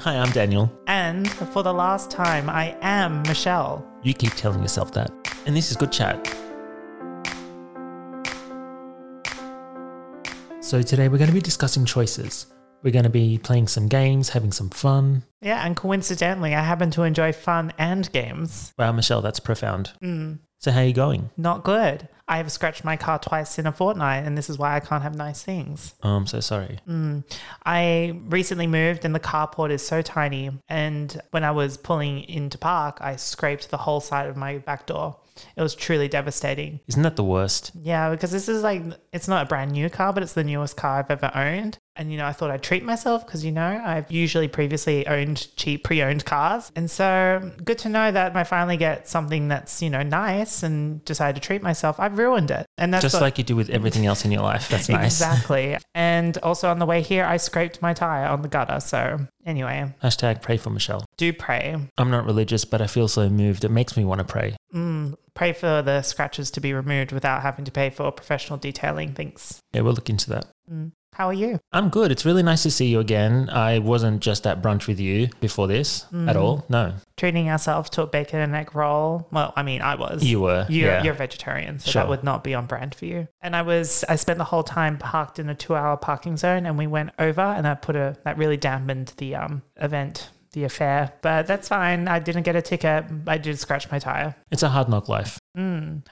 Hi, I'm Daniel. And for the last time, I am Michelle. You keep telling yourself that. And this is Good Chat. So, today we're going to be discussing choices. We're going to be playing some games, having some fun. Yeah, and coincidentally, I happen to enjoy fun and games. Wow, Michelle, that's profound. Mm. So, how are you going? Not good. I have scratched my car twice in a fortnight, and this is why I can't have nice things. Oh, I'm so sorry. Mm. I recently moved, and the carport is so tiny. And when I was pulling into park, I scraped the whole side of my back door. It was truly devastating. Isn't that the worst? Yeah, because this is like, it's not a brand new car, but it's the newest car I've ever owned. And, you know, I thought I'd treat myself because, you know, I've usually previously owned cheap, pre owned cars. And so good to know that I finally get something that's, you know, nice and decide to treat myself. I've ruined it. And that's Just what- like you do with everything else in your life. That's nice. Exactly. and also on the way here, I scraped my tire on the gutter. So, anyway, Hashtag pray for Michelle. do pray. I'm not religious, but I feel so moved. It makes me want to pray. Pray for the scratches to be removed without having to pay for professional detailing. Thanks. Yeah, we'll look into that. How are you? I'm good. It's really nice to see you again. I wasn't just at brunch with you before this Mm. at all. No, treating ourselves to a bacon and egg roll. Well, I mean, I was. you were. You're, yeah. you're a vegetarian, so Sure. that would not be on brand for you. And I was, I spent the whole time parked in a two-hour parking zone, and we went over, and I put a that really dampened the um event, the affair. But that's fine. I didn't get a ticket. I did scratch my tire. it's a hard knock life.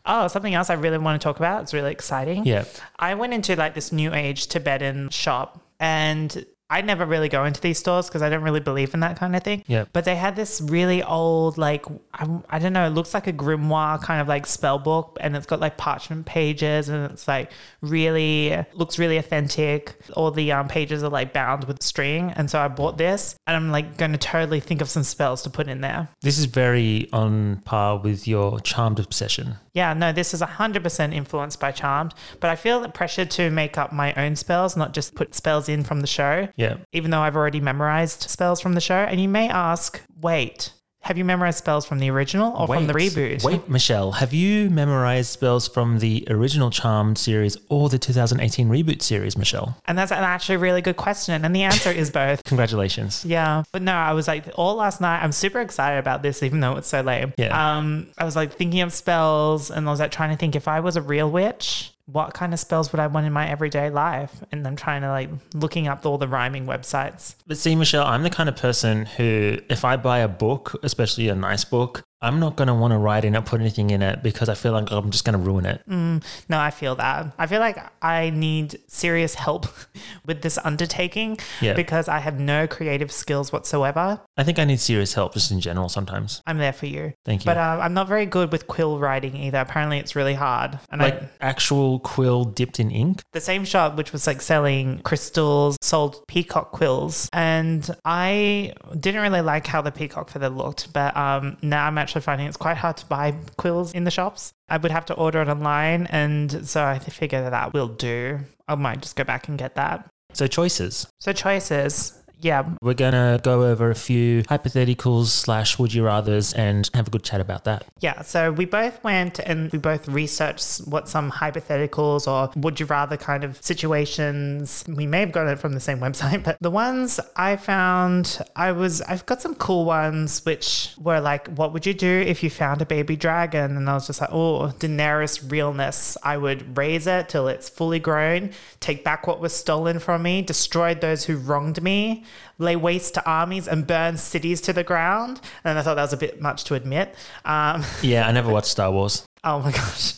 Oh, something else I really want to talk about. It's really exciting. Yeah. I went into like this new age Tibetan shop and I never really go into these stores because I don't really believe in that kind of thing. Yep. But they had this really old, like, I, I don't know, it looks like a grimoire kind of like spell book and it's got like parchment pages and it's like really, looks really authentic. All the um, pages are like bound with string. And so I bought this and I'm like going to totally think of some spells to put in there. This is very on par with your charmed obsession. Yeah, no, this is 100% influenced by Charmed, but I feel the pressure to make up my own spells, not just put spells in from the show, Yeah. even though I've already memorized spells from the show. And you may ask, wait, have you memorized spells from the original or from the reboot? Wait, Michelle, have you memorized spells from the original Charmed series or the 2018 reboot series, Michelle? And that's an actually really good question. And the answer is both. Congratulations. Yeah. But no, I was like, all last night, I'm super excited about this, even though it's so lame. Yeah. Um, I was like thinking of spells and I was like trying to think if I was a real witch, what kind of spells would I want in my everyday life? And I'm trying to like looking up all the rhyming websites. But see, Michelle, I'm the kind of person who, if I buy a book, especially a nice book, I'm not going to want to write in it, put anything in it, because I feel like I'm just going to ruin it. No, I feel that. I feel like I need serious help with this undertaking Yeah. because I have no creative skills whatsoever. I think I need serious help just in general sometimes. I'm there for you. Thank you. But uh, I'm not very good with quill writing either. Apparently, it's really hard. And like I, actual quill dipped in ink. the same shop which was like selling crystals sold peacock quills and i didn't really like how the peacock feather looked but um, now i'm actually finding it's quite hard to buy quills in the shops i would have to order it online and so i figure that that will do i might just go back and get that So choices. so choices yeah We're gonna go over a few hypotheticals slash would you rather's and have a good chat about that. Yeah, so we both went and we both researched what some hypotheticals or would you rather kind of situations. We may have gotten it from the same website, but the ones I found, I was I've got some cool ones which were like, what would you do if you found a baby dragon? And I was just like, oh, Daenerys realness. I would raise it till it's fully grown, take back what was stolen from me, destroy those who wronged me, lay waste to armies and burn cities to the ground. And I thought that was a bit much to admit. Um, Yeah, I never watched Star Wars. Oh my gosh.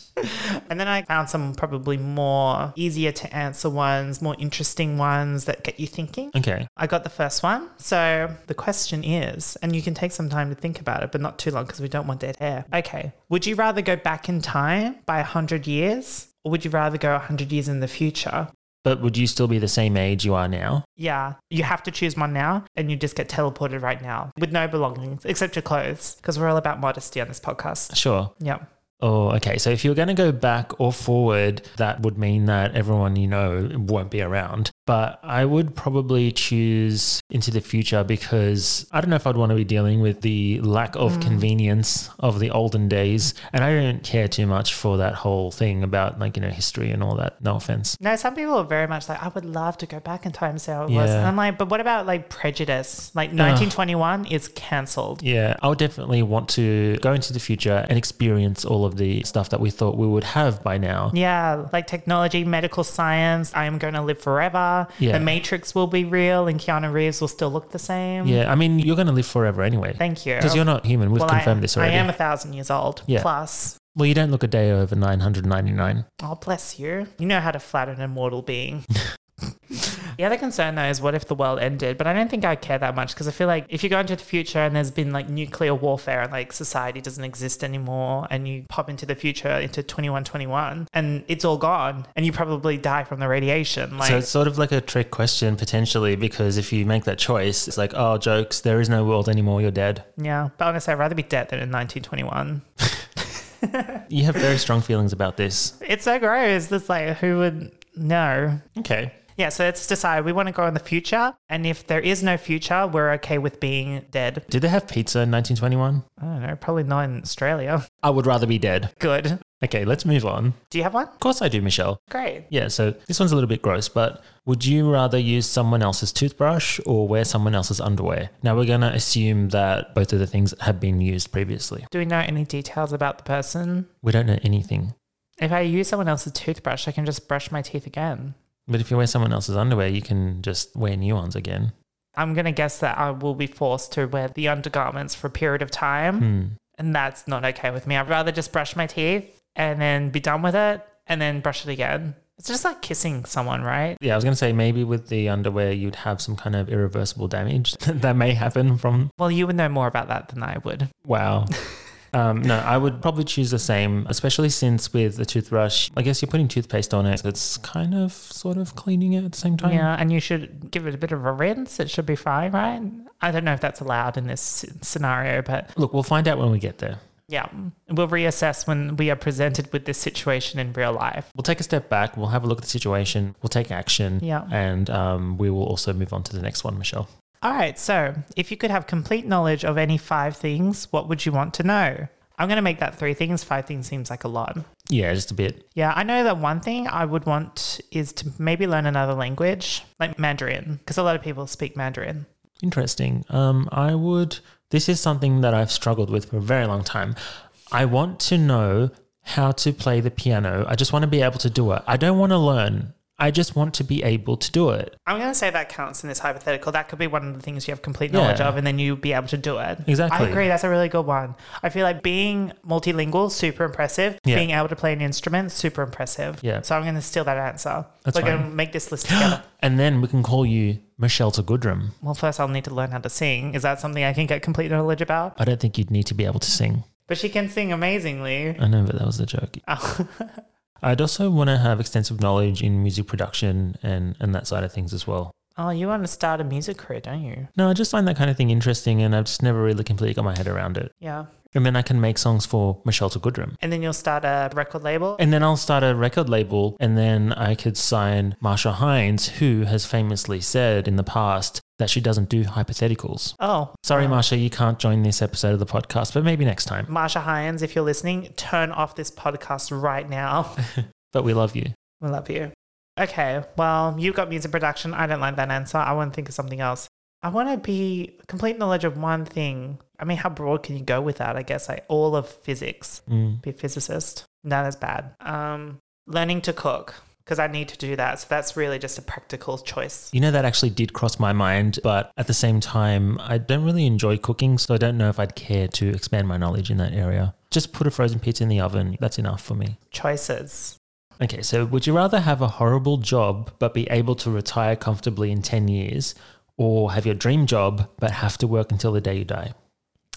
And then I found some probably more easier to answer ones, more interesting ones that get you thinking. Okay. I got the first one. So the question is, and you can take some time to think about it, but not too long because we don't want dead air. Okay. Would you rather go back in time by 100 years or would you rather go 100 years in the future? But would you still be the same age you are now? Yeah, you have to choose one now and you just get teleported right now with no belongings except your clothes because we're all about modesty on this podcast. Sure. Yep. Oh, okay. So if you're going to go back or forward, that would mean that everyone you know won't be around. But I would probably choose into the future because I don't know if I'd want to be dealing with the lack of Mm. convenience of the olden days. And I don't care too much for that whole thing about, like, you know, history and all that. No offense. No, some people are very much like, I would love to go back in time, so it was. Yeah. And I'm like, but what about like prejudice? Like 1921 is cancelled. Yeah, I would definitely want to go into the future and experience all of the stuff that we thought we would have by now. Yeah, like technology, medical science. I am going to live forever. Yeah. The Matrix will be real, and Keanu Reeves will still look the same. Yeah, I mean, you're going to live forever anyway. Thank you. Because you're not human. We've Well, I- confirmed this already. I am a thousand years old. Yeah. Plus, Well, you don't look a day over 999. oh bless you. You know how to flatter an immortal being. The other concern though is what if the world ended? But I don't think I care that much because I feel like if you go into the future and there's been like nuclear warfare and like society doesn't exist anymore and you pop into the future into 2121 and it's all gone and you probably die from the radiation. Like so it's sort of like a trick question, potentially, because if you make that choice, it's like, oh, jokes, there is no world anymore, you're dead. Yeah, but honestly, I'd rather be dead than in 1921. You have very strong feelings about this. It's so gross. It's like, who would know? Okay. Yeah, so let's decide we want to go in the future. And if there is no future, we're okay with being dead. Did they have pizza in 1921? I don't know, probably not in Australia. I would rather be dead. Good. Okay, let's move on. Do you have one? Of course I do, Michelle. Great. Yeah, so this one's a little bit gross, but would you rather use someone else's toothbrush or wear someone else's underwear? Now, we're going to assume that both of the things have been used previously. Do we know any details about the person? We don't know anything. If I use someone else's toothbrush, I can just brush my teeth again. But if you wear someone else's underwear, you can just wear new ones again. I'm going to guess that I will be forced to wear the undergarments for a period of time. Hmm. And that's not okay with me. I'd rather just brush my teeth and then be done with it and then brush it again. It's just like kissing someone, right? Yeah, I was going to say maybe with the underwear, you'd have some kind of irreversible damage that may happen from. Well, you would know more about that than I would. Wow. Um, no, I would probably choose the same, especially since with the toothbrush, I guess you're putting toothpaste on it. It's kind of sort of cleaning it at the same time. Yeah, and you should give it a bit of a rinse. It should be fine, right? I don't know if that's allowed in this s- scenario, but Look, we'll find out when we get there. yeah, we'll reassess when we are presented with this situation in real life. We'll take a step back. We'll have a look at the situation. We'll take action. Yeah. And um, we will also move on to the next one, Michelle. All right, so if you could have complete knowledge of any five things, what would you want to know? I'm going to make that three things. Five things seems like a lot. Yeah, just a bit. Yeah, I know that one thing I would want is to maybe learn another language, like Mandarin, because a lot of people speak Mandarin. Interesting. Um, I would. This is something that I've struggled with for a very long time. I want to know how to play the piano. I just want to be able to do it. I don't want to learn. I just want to be able to do it. I'm going to say that counts in this hypothetical. That could be one of the things you have complete knowledge Yeah. of, and then you'll be able to do it. Exactly. I agree. That's a really good one. I feel like being multilingual, super impressive. Yeah. Being able to play an instrument, super impressive. Yeah. So I'm going to steal that answer. That's We're going to fine. make this list together. And then we can call you Michelle to Goodrum. well, first I'll need to learn how to sing. Is that something I can get complete knowledge about? I don't think you'd need to be able to sing. But she can sing amazingly. I know, but that was a joke. Oh. I'd also want to have extensive knowledge in music production and, and that side of things as well. oh, you want to start a music career, don't you? No, I just find that kind of thing interesting and I've just never really completely got my head around it. Yeah. And then I can make songs for Michelle to Goodrum. And then you'll start a record label. And then I'll start a record label and then I could sign Marsha Hines, who has famously said in the past that she doesn't do hypotheticals. Oh, Sorry, Marsha, you can't join this episode of the podcast, but maybe next time. Marsha Hines, if you're listening, turn off this podcast right now. But we love you. We love you. Okay, well, you got music production. I don't like that answer. I want to think of something else. I want to be complete knowledge of one thing. I mean, how broad can you go with that? I guess like all of physics. Mm. Be a physicist. No, that's bad. Um, learning to cook because I need to do that. So that's really just a practical choice. You know, that actually did cross my mind, but at the same time, I don't really enjoy cooking, so I don't know if I'd care to expand my knowledge in that area. Just put a frozen pizza in the oven. That's enough for me. Choices. Okay, so would you rather have a horrible job but be able to retire comfortably in 10 years or have your dream job but have to work until the day you die?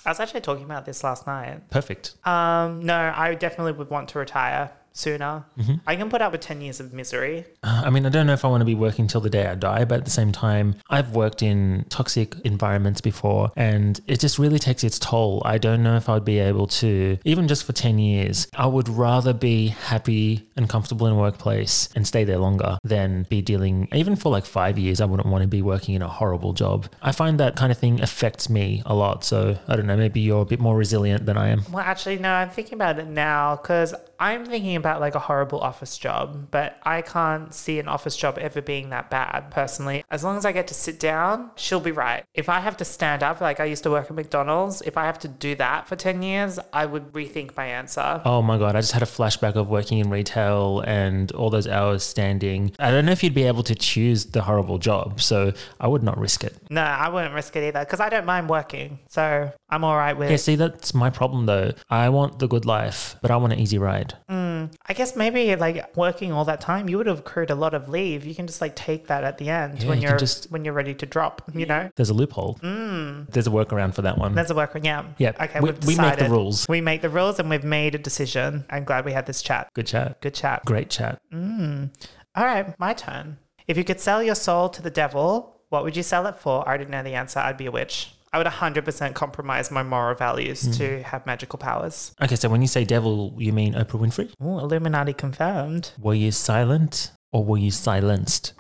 I was actually talking about this last night. Perfect. Um, no, I definitely would want to retire. sooner. I can put up with 10 years of misery. I mean, I don't know if I want to be working till the day I die, but at the same time, I've worked in toxic environments before and it just really takes its toll. I don't know if I'd be able to, even just for 10 years, I would rather be happy and comfortable in a workplace and stay there longer than be dealing, even for like five years, I wouldn't want to be working in a horrible job. I find that kind of thing affects me a lot. So I don't know, maybe you're a bit more resilient than I am. Well, actually, no, I'm thinking about it now because I'm thinking about like a horrible office job, but I can't see an office job ever being that bad personally. As long as I get to sit down, she'll be right. If I have to stand up, like I used to work at McDonald's, if I have to do that for 10 years, I would rethink my answer. Oh my God, I just had a flashback of working in retail and all those hours standing. I don't know if you'd be able to choose the horrible job, so I would not risk it. No, I wouldn't risk it either because I don't mind working. So I'm all right with Yeah, see, that's my problem though. I want the good life, but I want an easy ride. I guess maybe like working all that time, you would have accrued a lot of leave. You can just like take that at the end Yeah, when you can you're just- when you're ready to drop. You know, There's a loophole. There's a workaround for that one. there's a worker. Yeah. Yeah, Okay. we- we've we make the decided. rules. We make the rules, and we've made a decision. I'm glad we had this chat. Good chat. Good chat. Great chat. All right, my turn. If you could sell your soul to the devil, what would you sell it for? I already know the answer. I'd be a witch. I would 100% compromise my moral Hmm. values to have magical powers. Okay, so when you say devil, you mean Oprah Winfrey? Ooh, Illuminati confirmed. Were you silent or were you silenced?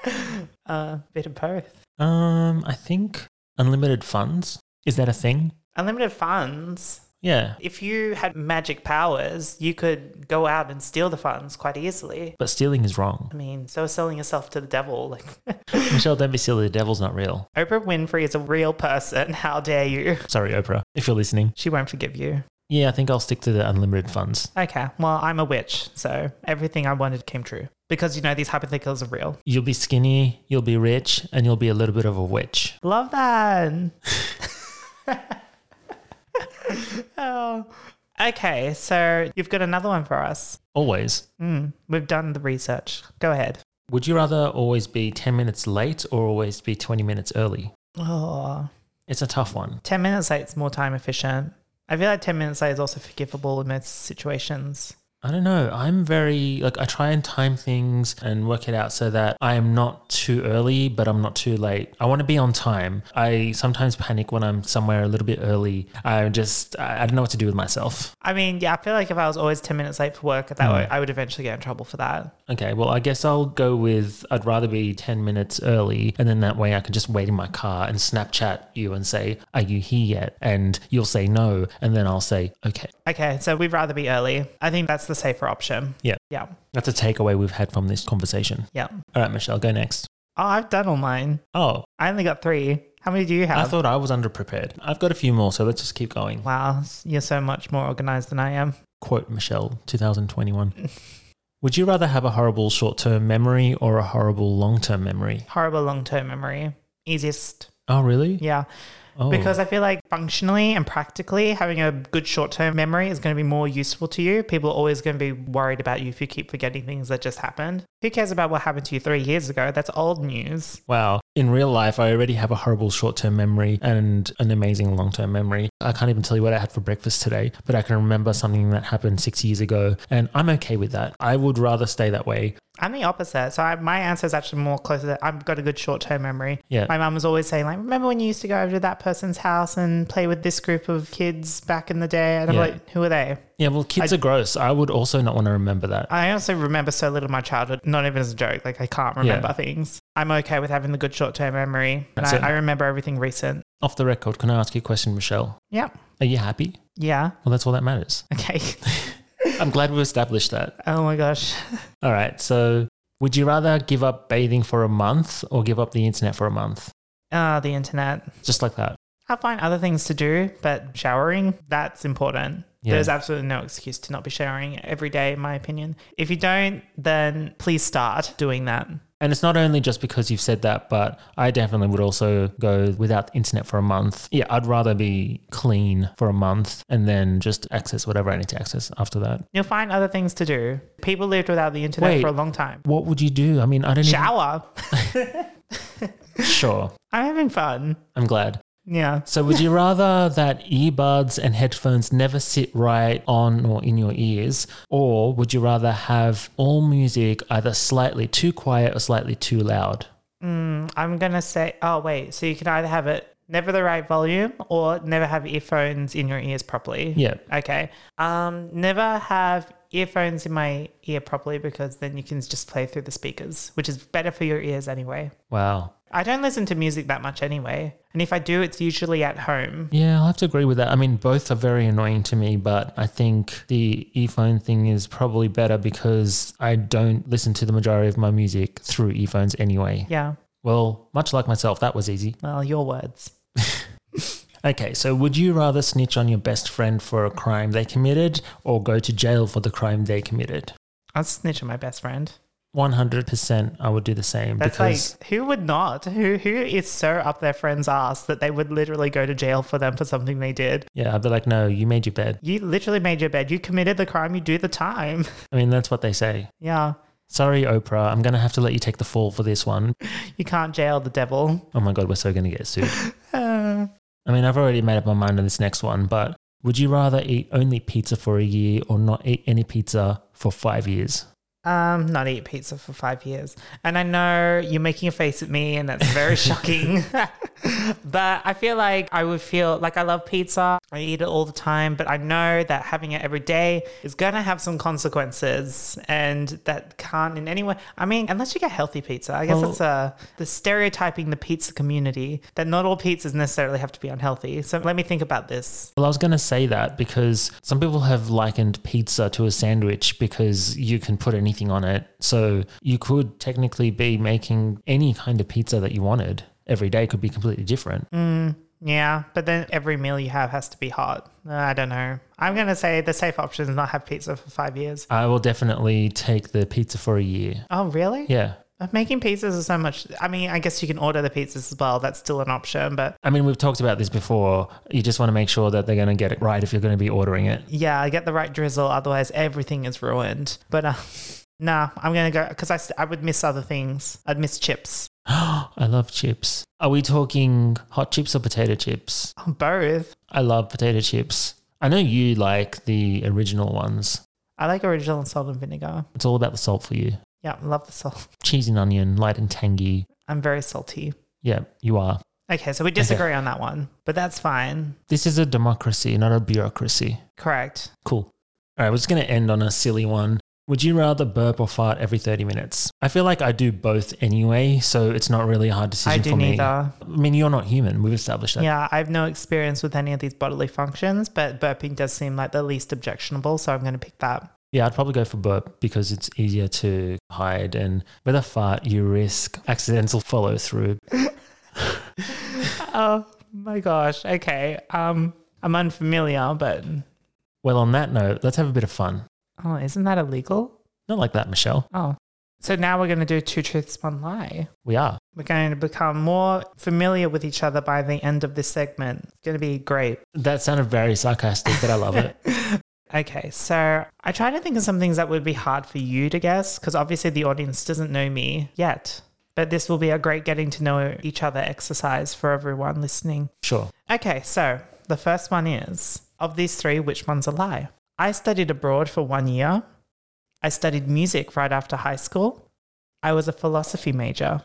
Uh, bit of both. Um, I think unlimited funds. Is that a thing? Unlimited funds. Yeah. If you had magic powers, you could go out and steal the funds quite easily. But stealing is wrong. I mean, so is selling yourself to the devil. Like Michelle, don't be silly. The devil's not real. Oprah Winfrey is a real person. How dare you? Sorry, Oprah, if you're listening. She won't forgive you. Yeah, I think I'll stick to the unlimited funds. Okay. Well, I'm a witch, so everything I wanted came true. Because you know these hypotheticals are real. You'll be skinny, you'll be rich, and you'll be a little bit of a witch. Love that. oh. Okay, so you've got another one for us. Always. Mm, we've done the research. Go ahead. Would you rather always be 10 minutes late or always be 20 minutes early? Oh. It's a tough one. 10 minutes late is more time efficient. I feel like 10 minutes late is also forgivable in most situations. I don't know. I'm very, like, I try and time things and work it out so that I am not too early, but I'm not too late. I want to be on time. I sometimes panic when I'm somewhere a little bit early. I just, I I don't know what to do with myself. I mean, yeah, I feel like if I was always 10 minutes late for work, that would, I would eventually get in trouble for that. Okay, well, I guess I'll go with I'd rather be 10 minutes early, and then that way I can just wait in my car and Snapchat you and say, Are you here yet? And you'll say no, and then I'll say, Okay. Okay, so we'd rather be early. I think that's the safer option. Yeah. Yeah. That's a takeaway we've had from this conversation. Yeah. All right, Michelle, go next. Oh, I've done all mine. Oh, I only got three. How many do you I have? thought I was underprepared. I've got a few more, so let's just keep going. wow, you're so much more organized than I am. Quote Michelle, 2021. Would you rather have a horrible short term memory or a horrible long term memory? Horrible long term memory. Easiest. Oh, really? Yeah. Oh. Because I feel like functionally and practically, having a good short term memory is going to be more useful to you. People are always going to be worried about you if you keep forgetting things that just happened. Who cares about what happened to you three years ago? That's old news. Wow. In real life, I already have a horrible short term memory and an amazing long term memory. I can't even tell you what I had for breakfast today, but I can remember something that happened six years ago, and I'm okay with that. I would rather stay that way. I'm the opposite. So I, my answer is actually more closer to I've got a good short term memory. Yeah. My mum was always saying, like, remember when you used to go over to that person's house and play with this group of kids back in the day? And I'm Yeah. like, who are they? Yeah, well, kids are gross. I would also not want to remember that. I also remember so little of my childhood, not even as a joke. Like, I can't remember Yeah. things. I'm okay with having the good short term memory. And That's I, it. I remember everything recent. Off the record, can I ask you a question, Michelle? Yep. Are you happy? Yeah. Well, that's all that matters. Okay. I'm glad we established that. oh my gosh. All right. So, would you rather give up bathing for a month or give up the internet for a month? Ah, the internet. Just like that. I find other things to do, but showering, that's important. Yeah. There's absolutely no excuse to not be showering every day, in my opinion. If you don't, then please start doing that. And it's not only just because you've said that, but I definitely would also go without the internet for a month. Yeah, I'd rather be clean for a month and then just access whatever I need to access after that. You'll find other things to do. People lived without the internet Wait. for a long time. What would you do? I mean, I don't Shower. even. Sure. I'm having fun. I'm glad. Yeah. So, would you rather that earbuds and headphones never sit right on or in your ears, or would you rather have all music either slightly too quiet or slightly too loud? I'm going to say, oh, wait. So you can either have it never the right volume or never have earphones in your ears properly. Yeah. Okay. Um, never have earphones in my ear properly because then you can just play through the speakers, which is better for your ears anyway. Wow. I don't listen to music that much anyway. And if I do, it's usually at home. Yeah, I'll have to agree with that. I mean, both are very annoying to me, but I think the earphone thing is probably better because I don't listen to the majority of my music through earphones anyway. Yeah. Well, much like myself, that was easy. Well, your words. Okay, so would you rather snitch on your best friend for a crime they committed or go to jail for the crime they committed? I'll snitch on my best friend. 100% I would do the same That's because like who would not? Who who is so up their friend's ass that they would literally go to jail for them for something they did? yeah, I'd be like, "No, you made your bed." You literally made your bed. You committed the crime. You do the time. I mean, that's what they say. yeah, Sorry, Oprah, I'm going to have to let you take the fall for this one. you can't jail the devil. Oh my god, we're so going to get sued. Uh, I mean, I've already made up my mind on this next one, but would you rather eat only pizza for a year or not eat any pizza for five years? um, not eat pizza for five years. And I know you're making a face at me, and that's very shocking. but I feel like I would feel like I love pizza. I eat it all the time, but I know that having it every day is going to have some consequences, and that can't in any way. I mean, unless you get healthy pizza, I guess Well- it's a the stereotyping the pizza community that not all pizzas necessarily have to be unhealthy. So let me think about this. Well, I was going to say that because some people have likened pizza to a sandwich because you can put anything on it. So you could technically be making any kind of pizza that you wanted. Every day could be completely different. Yeah, but then every meal you have has to be hot. Uh, I don't know. I'm going to say the safe option is not have pizza for five years. I will definitely take the pizza for a year. Oh, really? Yeah. Making pizzas is so much. I mean, I guess you can order the pizzas as well. That's still an option, but I mean, we've talked about this before. You just want to make sure that they're going to get it right if you're going to be ordering it. yeah, I get the right drizzle. Otherwise, everything is ruined. But uh, nah, I'm going to go because I, s- I would miss other things. I'd miss chips. I love chips. Are we talking hot chips or potato chips? Oh, Both. I love potato chips. I know you like the original ones. I like original and salt and vinegar. It's all about the salt for you. Yeah, love the salt. Cheese and onion, light and tangy. I'm very salty. Yeah, you are. Okay, so we disagree on that one, but that's fine. This is a democracy, not a bureaucracy. Correct. Cool. All right, we're just going to end on a silly one. Would you rather burp or fart every 30 minutes? I feel like I do both anyway, so it's not really a hard decision I do for me. neither. I mean, you're not human. We've established that. Yeah, I have no experience with any of these bodily functions, but burping does seem like the least objectionable, so I'm going to pick that. Yeah, I'd probably go for burp because it's easier to hide. And with a fart, you risk accidental follow through. oh my gosh. Okay. Um, I'm unfamiliar, but Well, on that note, let's have a bit of fun. oh, isn't that illegal? Not like that, Michelle. Oh, so now we're going to do two truths, one lie. We are. We're going to become more familiar with each other by the end of this segment. It's going to be great. That sounded very sarcastic, but I love it. Okay, so I try to think of some things that would be hard for you to guess because obviously the audience doesn't know me yet. But this will be a great getting to know each other exercise for everyone listening. Sure. Okay, so the first one is of these three, which one's a lie? I studied abroad for one year. I studied music right after high school. I was a philosophy major.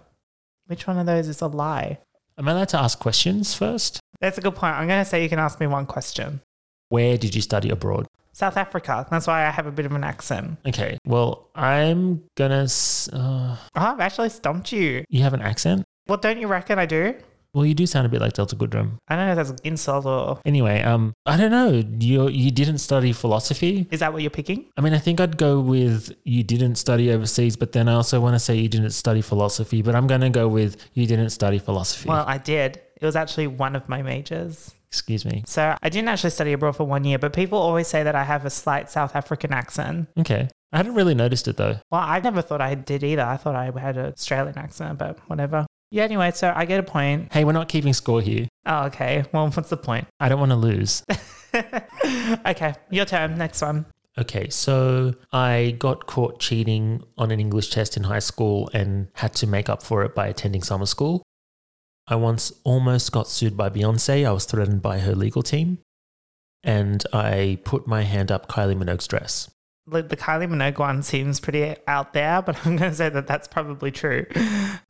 Which one of those is a lie? Am I allowed to ask questions first? That's a good point. I'm going to say you can ask me one question. Where did you study abroad? South Africa. That's why I have a bit of an accent. Okay. Well, I'm gonna. S- uh, Oh, I've actually stumped you. you have an accent. Well, don't you reckon I do? Well, you do sound a bit like Delta Goodrum. I don't know if that's an insult or Anyway, um, I don't know. You you didn't study philosophy. is that what you're picking? I mean, I think I'd go with you didn't study overseas, but then I also want to say you didn't study philosophy. But I'm gonna go with you didn't study philosophy. Well, I did. It was actually one of my majors. Excuse me. So I didn't actually study abroad for one year, but people always say that I have a slight South African accent. Okay. I hadn't really noticed it though. Well, I never thought I did either. I thought I had an Australian accent, but whatever. Yeah, anyway, so I get a point. Hey, we're not keeping score here. Oh, okay. Well, what's the point? I don't want to lose. okay, your turn. Next one. Okay, so I got caught cheating on an English test in high school and had to make up for it by attending summer school. I once almost got sued by Beyonce. I was threatened by her legal team. And I put my hand up Kylie Minogue's dress. Like the Kylie Minogue one seems pretty out there, but I'm going to say that that's probably true.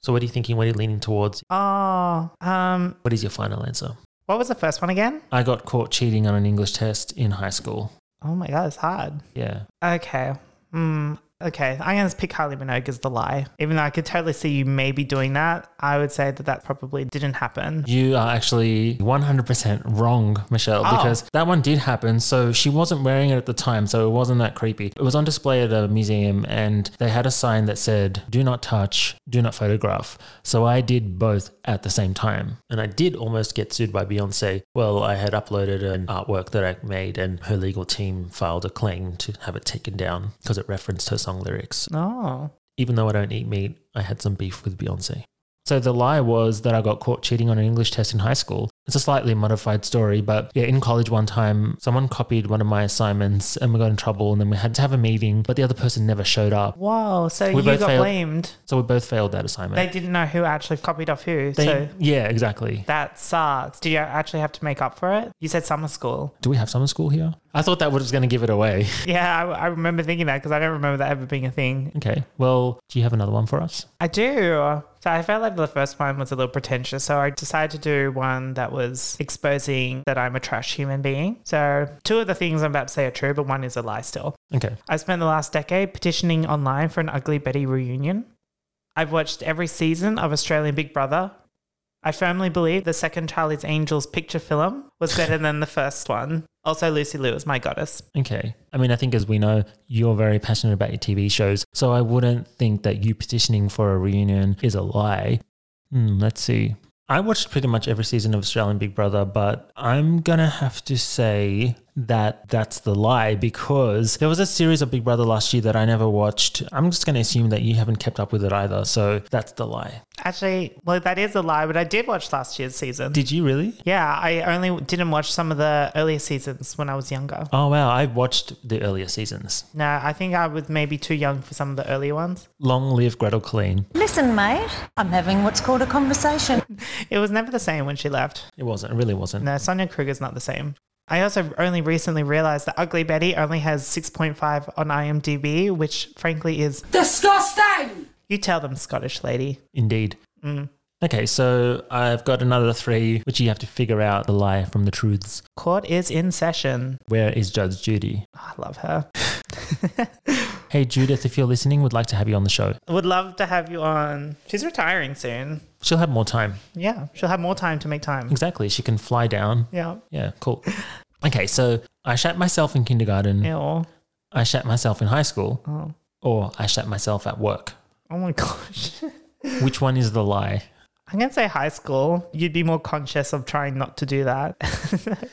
So, what are you thinking? What are you leaning towards? Oh, um, What is your final answer? what was the first one again? I got caught cheating on an English test in high school. Oh my god, it's hard. Yeah. Okay. Hmm. Okay, I'm going to pick Kylie Minogue as the lie. Even though I could totally see you maybe doing that, I would say that that probably didn't happen. You are actually 100% wrong, Michelle, Oh. because that one did happen. So she wasn't wearing it at the time, so it wasn't that creepy. It was on display at a museum, and they had a sign that said, Do not touch, do not photograph. So I did both at the same time. And I did almost get sued by Beyonce. Well, I had uploaded an artwork that I made, and her legal team filed a claim to have it taken down because it referenced her song lyrics Oh. even though I don't eat meat, I had some beef with Beyonce. So the lie was that I got caught cheating on an English test in high school. It's a slightly modified story, but yeah, in college one time, someone copied one of my assignments and we got in trouble and then we had to have a meeting, but the other person never showed up. Whoa. So We you both got failed. blamed. So we both failed that assignment. They didn't know who actually copied off who. They- so yeah, exactly. that sucks. Do you actually have to make up for it? You said summer school. Do we have summer school here? I thought that was going to give it away. Yeah, I, I remember thinking that because I don't remember that ever being a thing. okay. Well, do you have another one for us? I do. So I felt like the first one was a little pretentious. So I decided to do one that was exposing that I'm a trash human being. So two of the things I'm about to say are true, but one is a lie still. Okay. I spent the last decade petitioning online for an Ugly Betty reunion. I've watched every season of Australian Big Brother. I firmly believe the second Charlie's Angels picture film was better than the first one. Also, Lucy Liu is my goddess. Okay. I mean, I think as we know, you're very passionate about your TV shows. So I wouldn't think that you petitioning for a reunion is a lie. Hmm, let's see. I watched pretty much every season of Australian Big Brother, but I'm going to have to say that that's the lie because there was a series of Big Brother last year that I never watched. I'm just going to assume that you haven't kept up with it either. So that's the lie. Actually, well, that is a lie, but I did watch last year's season. Did you really? Yeah, I only didn't watch some of the earlier seasons when I was younger. Oh, wow. I watched the earlier seasons. No, I think I was maybe too young for some of the earlier ones. Long live Gretel Clean. Listen, mate, I'm having what's called a conversation. It was never the same when she left. It wasn't. It really wasn't. No, Sonia Kruger's not the same. I also only recently realized that Ugly Betty only has 6.5 on IMDb, which frankly is Disgusting! you tell them Scottish lady. Indeed. Mm. Okay, so I've got another three, which you have to figure out the lie from the truths. Court is in session. Ah, Where is Judge Judy? I love her. Hey, Judith, if you're listening, would like to have you on the show. Would love to have you on. She's retiring soon. She'll have more time. Yeah, she'll have more time to make time. Exactly. She can fly down. Yeah. Yeah, cool. Okay, so I shat myself in kindergarten. Ew. Oh I shat myself in high school. Or I shat myself at work. my gosh. Which one is the lie? I'm going to say high school. You'd be more conscious of trying not to do that.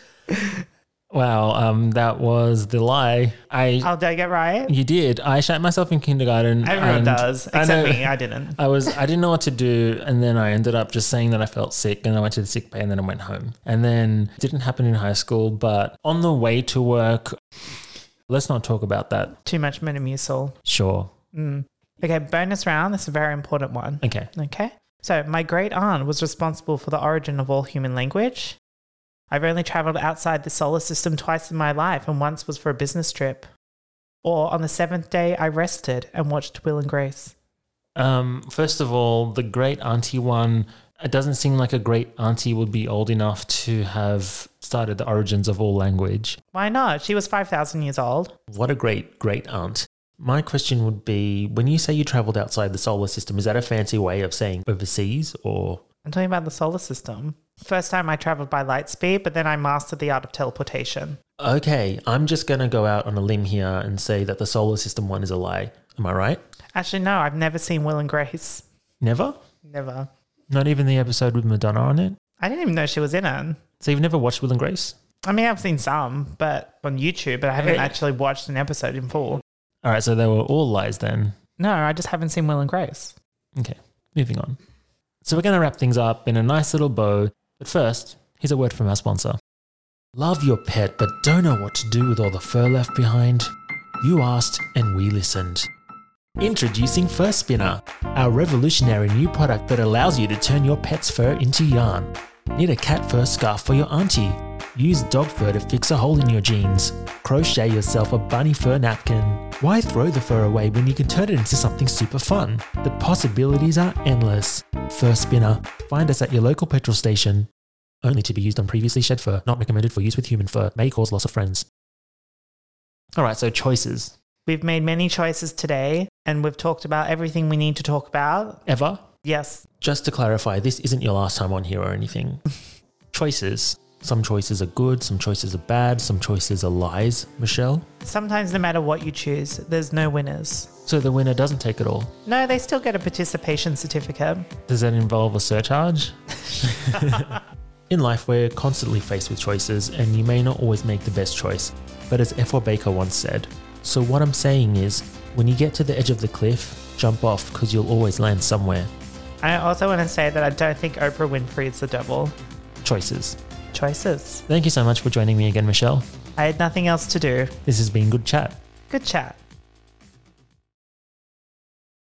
Wow, um, that was the lie. I oh, did I get right? you did. I shat myself in kindergarten. Everyone and- does, I except know- me. I didn't. I was I didn't know what to do, and then I ended up just saying that I felt sick, and I went to the sick bay, and then I went home. And then it didn't happen in high school, but on the way to work, let's not talk about that. Too much Metamucil. Sure, Okay, bonus round. This is a very important one. okay. Okay. So, my great aunt was responsible for the origin of all human language. I've only traveled outside the solar system twice in my life, and once was for a business trip. Or on the seventh day, I rested and watched Will and Grace. Um, first of all, the great auntie one. It doesn't seem like a great auntie would be old enough to have started the origins of all language. Why not? She was 5,000 years old. What a great great aunt. My question would be when you say you traveled outside the solar system, is that a fancy way of saying overseas or I'm talking about the solar system. First time I traveled by light speed, but then I mastered the art of teleportation. Okay, I'm just going to go out on a limb here and say that the solar system one is a lie. Am I right? Actually, no, I've never seen Will and Grace. Never? Never. Not even the episode with Madonna on it? I didn't even know she was in it. So you've never watched Will and Grace? I mean, I've seen some, but on YouTube, but I haven't Hey. actually watched an episode in full. All right, so they were all lies then. No, I just haven't seen Will and Grace. Okay, moving on. So we're going to wrap things up in a nice little bow. But first, here's a word from our sponsor. Love your pet, but don't know what to do with all the fur left behind? You asked, and we listened. Introducing Fur Spinner, our revolutionary new product that allows you to turn your pet's fur into yarn. Knit a cat fur scarf for your auntie. Use dog fur to fix a hole in your jeans. Crochet yourself a bunny fur napkin. Why throw the fur away when you can turn it into something super fun? The possibilities are endless. Fur Spinner. Find us at your local petrol station. Only to be used on previously shed fur, not recommended for use with human fur, may cause loss of friends. Alright, so choices. We've made many choices today and we've talked about everything we need to talk about. Ever? Yes, Just to clarify, this isn't your last time on here or anything. choices. Some choices are good, some choices are bad, some choices are lies, Michelle. sometimes no matter what you choose, there's no winners. So the winner doesn't take it all. No, they still get a participation certificate. Does that involve a surcharge? In life, we're constantly faced with choices, and you may not always make the best choice. But as F.R. Baker once said, so what I'm saying is, when you get to the edge of the cliff, jump off because you'll always land somewhere. I also want to say that I don't think Oprah Winfrey is the devil. Choices. Choices. Thank you so much for joining me again, Michelle. I had nothing else to do. This has been Good Chat. Good chat.